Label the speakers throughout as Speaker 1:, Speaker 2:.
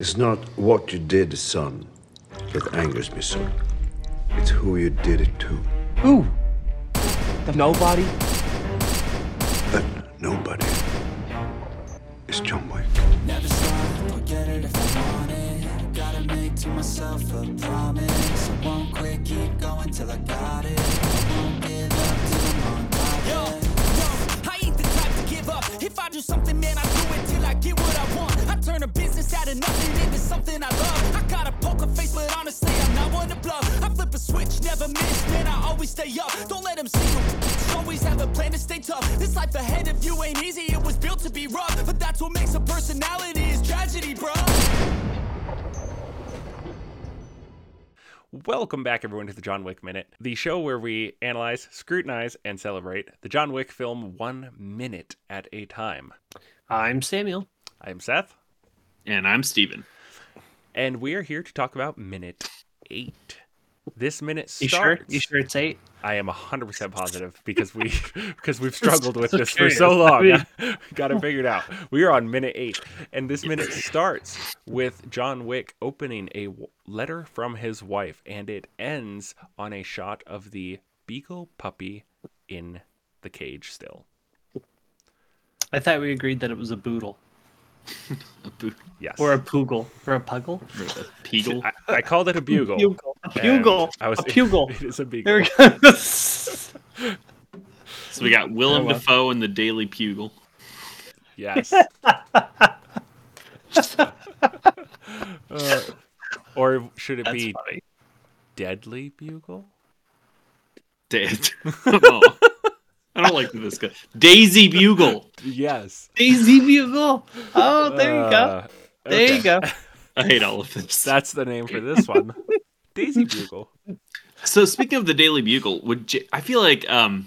Speaker 1: It's not what you did, son, that angers me, son. It's who you did it to.
Speaker 2: Who? The nobody?
Speaker 1: That nobody is John Wick.
Speaker 3: Never stop, I'll get it if I want it. Gotta make to myself a promise. I won't quit, keep going till I got it. I won't give up till I'm on top.
Speaker 4: Yo, yo, I ain't the type to give up. If I do something, man, I do it till I get what I want. I turn a business out of nothing into something I love. I got a poker face, but honestly, I'm not one to bluff. I flip a switch, never miss, man, I always stay up. Don't let them see you. Always have a plan to stay tough. This life ahead of you ain't easy, it was built to be rough. But that's what makes a personality is tragedy, bruh.
Speaker 5: Welcome back, everyone, to the John Wick Minute, the show where we analyze, scrutinize, and celebrate the John Wick film one minute at a time.
Speaker 2: I'm Samuel.
Speaker 5: I am Seth,
Speaker 6: And I'm Steven.
Speaker 5: and we are here to talk about minute eight. This minute
Speaker 2: You
Speaker 5: starts.
Speaker 2: sure? You sure it's eight?
Speaker 5: I am 100% positive because we because we've struggled with this for
Speaker 2: curious.
Speaker 5: so
Speaker 2: I
Speaker 5: long.
Speaker 2: mean-
Speaker 5: Got it figured out. We are on minute 8 and this minute starts with John Wick opening a w- letter from his wife and it ends on a shot of the beagle puppy in the cage still.
Speaker 2: I thought we agreed that it was a boodle
Speaker 6: A boo-
Speaker 5: Yes.
Speaker 2: or a poogle or a puggle.
Speaker 6: or a Peagle.
Speaker 5: I, I called it a bugle.
Speaker 2: A
Speaker 5: and
Speaker 2: bugle.
Speaker 5: I was,
Speaker 2: a bugle.
Speaker 5: It is a beagle.
Speaker 2: There we go.
Speaker 6: So we got Willem
Speaker 5: Oh, well.
Speaker 6: Dafoe and the Daily Bugle.
Speaker 5: Yes. Uh, or should it
Speaker 2: That's
Speaker 5: be
Speaker 2: funny.
Speaker 5: deadly bugle?
Speaker 6: Dead. oh, I don't like this guy. Daisy Bugle.
Speaker 5: Yes.
Speaker 2: Daisy bugle. Oh, there you go.
Speaker 5: Uh,
Speaker 2: There
Speaker 5: okay.
Speaker 2: you go.
Speaker 6: I hate all of this.
Speaker 5: That's the name for this one. Daisy Bugle.
Speaker 6: So speaking of the Daily Bugle, would J- I feel like um,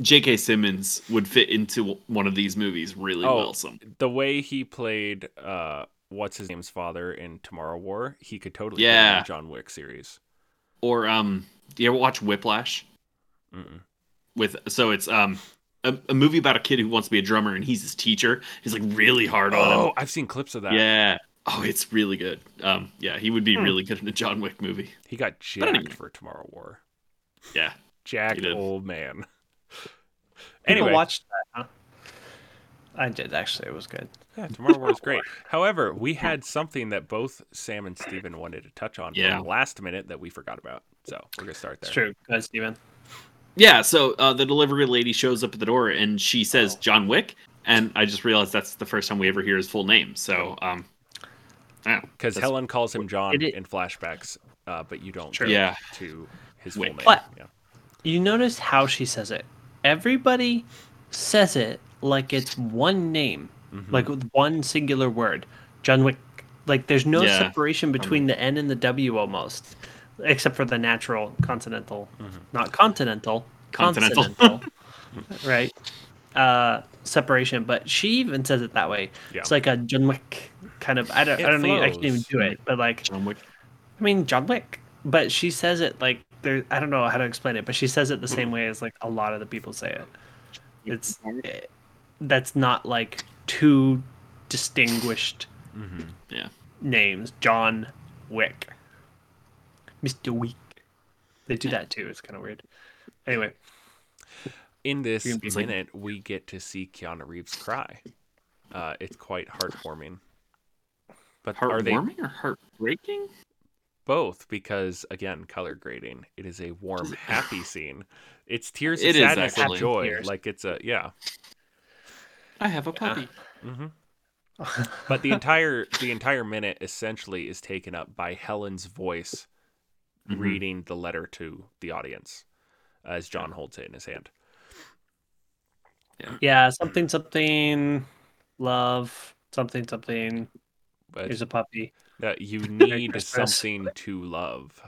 Speaker 6: J.K. Simmons would fit into w- one of these movies really
Speaker 5: Oh.
Speaker 6: well. Some
Speaker 5: The way he played uh what's his name's father in Tomorrow War, he could totally play in
Speaker 6: Yeah.
Speaker 5: the John Wick series.
Speaker 6: or um, do you ever watch Whiplash?
Speaker 5: Mm-mm.
Speaker 6: With so it's um. A, a movie about a kid who wants to be a drummer and he's his teacher. He's like really hard on him.
Speaker 5: Oh, I've seen clips of that. Hmm.
Speaker 6: Yeah. Oh, it's really good. Um, yeah, he would be really good in a John Wick movie.
Speaker 5: He got
Speaker 6: don't
Speaker 5: jacked
Speaker 6: even-
Speaker 5: for Tomorrow War.
Speaker 6: Yeah.
Speaker 5: Jacked
Speaker 6: He did.
Speaker 5: old man.
Speaker 2: People
Speaker 5: Anyway,
Speaker 2: watched that. Huh? I did actually. It was good.
Speaker 5: yeah, Tomorrow War is great. However, we had something that both Sam and Steven wanted to touch on
Speaker 6: Yeah.
Speaker 5: from last minute that we forgot about. So we're gonna start there.
Speaker 2: It's true. Go ahead, Steven.
Speaker 6: Yeah, so uh, the delivery lady shows up at the door and she says John Wick, and I just realized that's the first time we ever hear his full name. So, um, yeah,
Speaker 5: Because
Speaker 6: That's-
Speaker 5: Helen calls him John
Speaker 2: It i-
Speaker 5: in flashbacks, uh, but you don't
Speaker 6: Sure.
Speaker 5: get
Speaker 6: Yeah.
Speaker 5: to his
Speaker 6: Wait.
Speaker 5: full name.
Speaker 2: But-
Speaker 5: yeah.
Speaker 2: You notice how she says it. Everybody says it like it's one name,
Speaker 5: Mm-hmm.
Speaker 2: like with one singular word. John Wick. Like there's no
Speaker 6: Yeah.
Speaker 2: separation between the N and the W almost, except for the natural continental,
Speaker 5: Mm-hmm.
Speaker 2: not continental,
Speaker 6: Continental.
Speaker 2: continental, right? Uh, separation. But she even says it that way.
Speaker 5: Yeah.
Speaker 2: It's like a John Wick kind of. I don't.
Speaker 5: It
Speaker 2: I don't. Even, I can even
Speaker 5: flows.
Speaker 2: do it. But like
Speaker 6: John Wick.
Speaker 2: I mean, John Wick, but she says it like there. I don't know how to explain it, but she says it the same way as like a lot of the people say it. It's it- that's not like two distinguished
Speaker 6: Yeah,
Speaker 2: names, John Wick, Mister Wick. They do that too. It's kind of weird. Anyway,
Speaker 5: In this
Speaker 2: You're gonna be like-
Speaker 5: minute, we get to see Keanu Reeves cry. Uh, it's quite heartwarming. But are they
Speaker 6: heartwarming or heartbreaking?
Speaker 5: both? Because again, color grading. It is a warm, happy scene. It's tears of
Speaker 6: It is
Speaker 5: sadness and
Speaker 6: actually.
Speaker 5: joy.
Speaker 2: Tears.
Speaker 5: Like it's a yeah.
Speaker 6: I have a puppy.
Speaker 5: hmm but the entire the entire minute essentially is taken up by Helen's voice
Speaker 2: Mm-hmm.
Speaker 6: Mhm.
Speaker 5: reading the letter to the audience as John holds it in his hand.
Speaker 2: yeah, something, something, love, something, something.
Speaker 5: But
Speaker 2: Here's a puppy.
Speaker 5: uh, you need
Speaker 2: Christmas.
Speaker 5: something to love.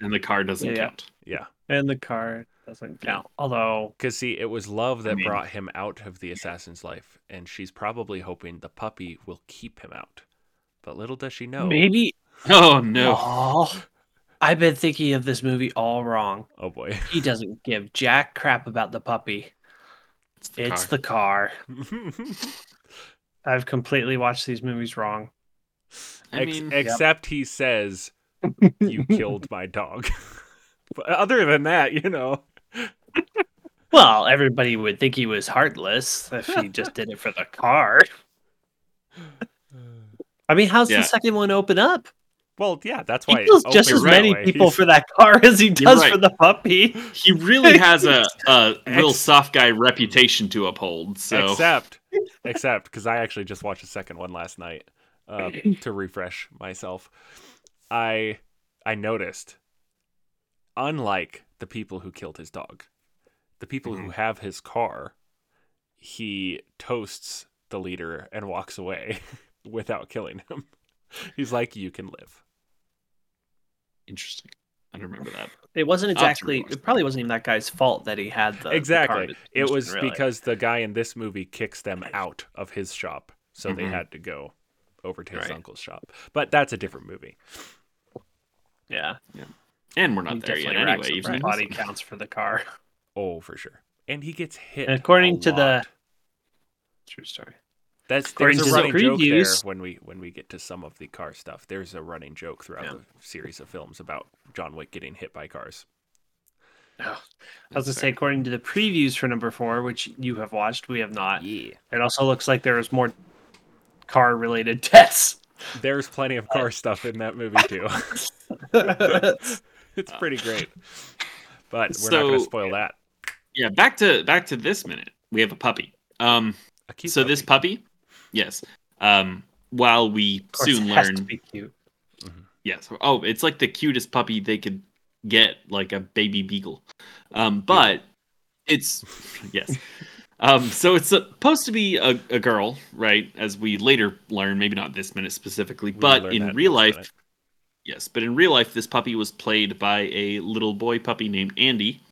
Speaker 6: And the car doesn't
Speaker 2: Yeah.
Speaker 6: count.
Speaker 5: Yeah.
Speaker 2: And the card doesn't count. Although
Speaker 5: Because, see, it was love that
Speaker 6: mean-
Speaker 5: brought him out of the assassin's life, and she's probably hoping the puppy will keep him out. But little does she know.
Speaker 2: maybe
Speaker 6: Oh no!
Speaker 2: Oh, I've been thinking of this movie all wrong.
Speaker 5: Oh, boy.
Speaker 2: He doesn't give jack crap about the puppy.
Speaker 6: It's the
Speaker 2: It's
Speaker 6: car.
Speaker 2: the car. I've completely watched these movies wrong.
Speaker 6: I
Speaker 5: Ex-
Speaker 6: mean,
Speaker 5: except he says, "You killed my dog." but other than that, you know,
Speaker 2: Well, everybody would think he was heartless if he just did it for the car. I mean, how's
Speaker 6: Yeah.
Speaker 2: the second one open up?
Speaker 5: well, yeah, that's
Speaker 2: He
Speaker 5: why. it
Speaker 2: kills just
Speaker 5: opens
Speaker 2: as
Speaker 5: that
Speaker 2: many
Speaker 5: way.
Speaker 2: people
Speaker 5: He's-
Speaker 2: for that car as he does
Speaker 6: right.
Speaker 2: for the puppy.
Speaker 6: he really has a, a real
Speaker 5: Ex-
Speaker 6: soft guy reputation to uphold. So
Speaker 5: except except because i actually just watched the second one last night uh, to refresh myself i i noticed unlike the people who killed his dog the people
Speaker 2: Mm-hmm.
Speaker 5: who have his car he toasts the leader and walks away without killing him he's like you can live
Speaker 6: interesting. I don't remember that.
Speaker 2: It wasn't
Speaker 6: Officer
Speaker 2: exactly.
Speaker 6: Morse.
Speaker 2: It probably wasn't even that guy's fault that he had the the car
Speaker 5: exactly
Speaker 2: that
Speaker 5: it
Speaker 2: just
Speaker 5: was
Speaker 2: didn't realize.
Speaker 5: because the guy in this movie kicks them out of his shop so they
Speaker 6: Mhm.
Speaker 5: had to go over to his
Speaker 6: Right.
Speaker 5: uncle's shop but that's a different movie
Speaker 2: yeah,
Speaker 6: And we're
Speaker 2: he
Speaker 6: not there yet
Speaker 2: definitely racks
Speaker 6: anyway.
Speaker 2: up
Speaker 6: Even
Speaker 2: his body counts for the car.
Speaker 5: oh for sure and he gets hit
Speaker 2: And according
Speaker 5: a
Speaker 2: to the-
Speaker 5: lot.
Speaker 2: True story.
Speaker 5: that's
Speaker 2: according
Speaker 5: there's a
Speaker 2: to the
Speaker 5: running joke there
Speaker 2: previews-
Speaker 5: when we when we get to some of the car stuff there's a running joke throughout
Speaker 2: Yeah.
Speaker 5: the series of films about john wick getting hit by cars
Speaker 2: I was gonna say, according to the previews for number four, which you have watched, we have not.
Speaker 5: yeah
Speaker 2: It also looks like there was more car-related deaths.
Speaker 5: there's plenty of car stuff in that movie too it's pretty great but we're not going
Speaker 6: So-
Speaker 5: to spoil that
Speaker 6: yeah, back to back to this minute. We have a puppy. Um,
Speaker 5: A cute
Speaker 6: so this puppy, yes. Um, while we
Speaker 2: Of course,
Speaker 6: soon
Speaker 2: it has to
Speaker 6: learn
Speaker 2: be cute.
Speaker 6: Yes. Oh, it's like the cutest puppy they could get, like a baby beagle. Um, but it's yes. Um, so it's supposed to be a, a girl, right? As we later learn, maybe not this minute specifically,
Speaker 5: We
Speaker 6: but
Speaker 5: learn that
Speaker 6: in
Speaker 5: in
Speaker 6: real
Speaker 5: this
Speaker 6: life,
Speaker 5: minute.
Speaker 6: yes. But in real life, this puppy was played by a little boy puppy named Andy,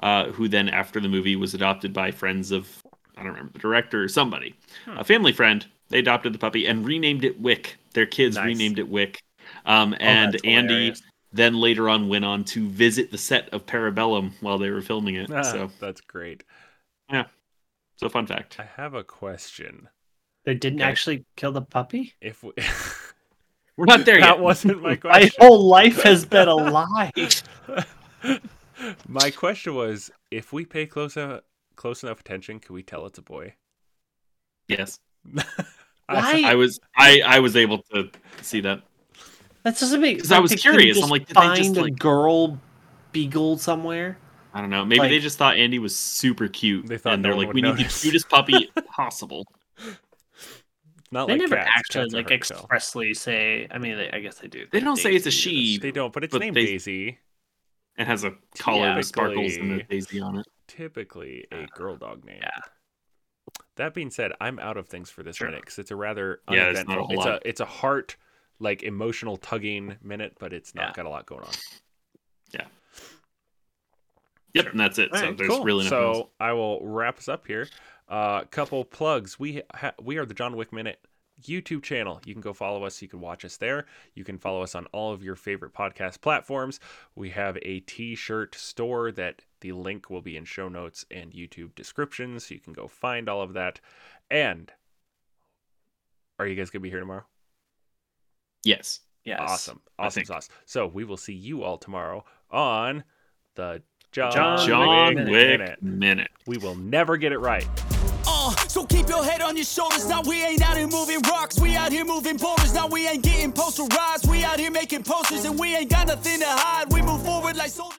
Speaker 6: uh, who then, after the movie, was adopted by friends of I don't remember the director or somebody,
Speaker 5: Hmm.
Speaker 6: a family friend. They adopted the puppy and renamed it Wick. Their kids
Speaker 2: Nice.
Speaker 6: renamed it Wick. Um,
Speaker 5: Oh,
Speaker 6: and
Speaker 2: that's
Speaker 6: Andy
Speaker 2: hilarious.
Speaker 6: then later on went on to visit the set of Parabellum while they were filming it.
Speaker 5: Ah,
Speaker 6: So,
Speaker 5: that's great
Speaker 6: so fun fact.
Speaker 5: i have a question
Speaker 2: They didn't
Speaker 6: Okay.
Speaker 2: actually kill the puppy.
Speaker 5: if we,
Speaker 6: We're not there
Speaker 5: that
Speaker 6: yet.
Speaker 5: wasn't my
Speaker 2: My
Speaker 5: question.
Speaker 2: whole life has been a lie.
Speaker 5: my question was if we pay close enough, close enough attention, can we tell it's a boy?
Speaker 6: Yes,
Speaker 2: Why?
Speaker 6: I was. I I was able to see that.
Speaker 2: That doesn't make.
Speaker 6: 'Cause I was
Speaker 2: they couldn't
Speaker 6: curious.
Speaker 2: just
Speaker 6: I'm like, did they
Speaker 2: find
Speaker 6: just,
Speaker 2: a
Speaker 6: like-
Speaker 2: girl beagle somewhere?
Speaker 6: I don't know. Maybe
Speaker 2: Like-
Speaker 6: they just thought Andy was super cute,
Speaker 5: They thought
Speaker 6: and
Speaker 5: no
Speaker 6: they're
Speaker 5: one would
Speaker 6: like, "We need the
Speaker 5: notice."
Speaker 6: cutest puppy possible."
Speaker 5: It's not
Speaker 6: Oh,
Speaker 2: They
Speaker 5: like
Speaker 2: never
Speaker 5: cats.
Speaker 2: actually
Speaker 5: Cats are
Speaker 2: like
Speaker 5: hard to tell.
Speaker 2: expressly say. I mean, they, I guess they do.
Speaker 6: They don't say it's a
Speaker 2: Daisy is-
Speaker 6: she.
Speaker 5: They don't, but it's
Speaker 6: but
Speaker 5: named
Speaker 6: they-
Speaker 5: Daisy.
Speaker 6: It has a collar with sparkles and a
Speaker 5: Typically-
Speaker 6: daisy on it.
Speaker 5: Typically a girl dog name.
Speaker 2: Ah, yeah.
Speaker 5: That being said, I'm out of things for this
Speaker 2: Sure.
Speaker 5: minute because it's a rather
Speaker 6: Yeah, there's not a
Speaker 5: uneventful.
Speaker 6: whole
Speaker 5: it's
Speaker 6: lot.
Speaker 5: a it's a heart like emotional tugging minute, but it's not
Speaker 2: Yeah.
Speaker 5: got a lot going on.
Speaker 6: Yep, and that's it. so
Speaker 5: Alright,
Speaker 6: there's
Speaker 5: cool.
Speaker 6: really nothing. else.
Speaker 5: so I will wrap us up here. A uh, couple plugs. We ha- we are the John Wick Minute YouTube channel. You can go follow us. You can watch us there. You can follow us on all of your favorite podcast platforms. We have a T-shirt store that the link will be in show notes and YouTube descriptions. So you can go find all of that. And are you guys gonna be here tomorrow?
Speaker 6: Yes.
Speaker 2: Yes.
Speaker 5: Awesome,
Speaker 6: I
Speaker 5: awesome
Speaker 6: think.
Speaker 5: sauce. So we will see you all tomorrow on the John,
Speaker 2: John
Speaker 6: John
Speaker 5: Wick,
Speaker 6: Wick,
Speaker 5: Minute.
Speaker 6: minute.
Speaker 5: We will never get it right.
Speaker 4: Uh, so keep your head on your shoulders. Now we ain't out here moving rocks. We out here moving boulders. Now we ain't getting posterized. We out here making posters and we ain't got nothing to hide. We move forward like soldiers.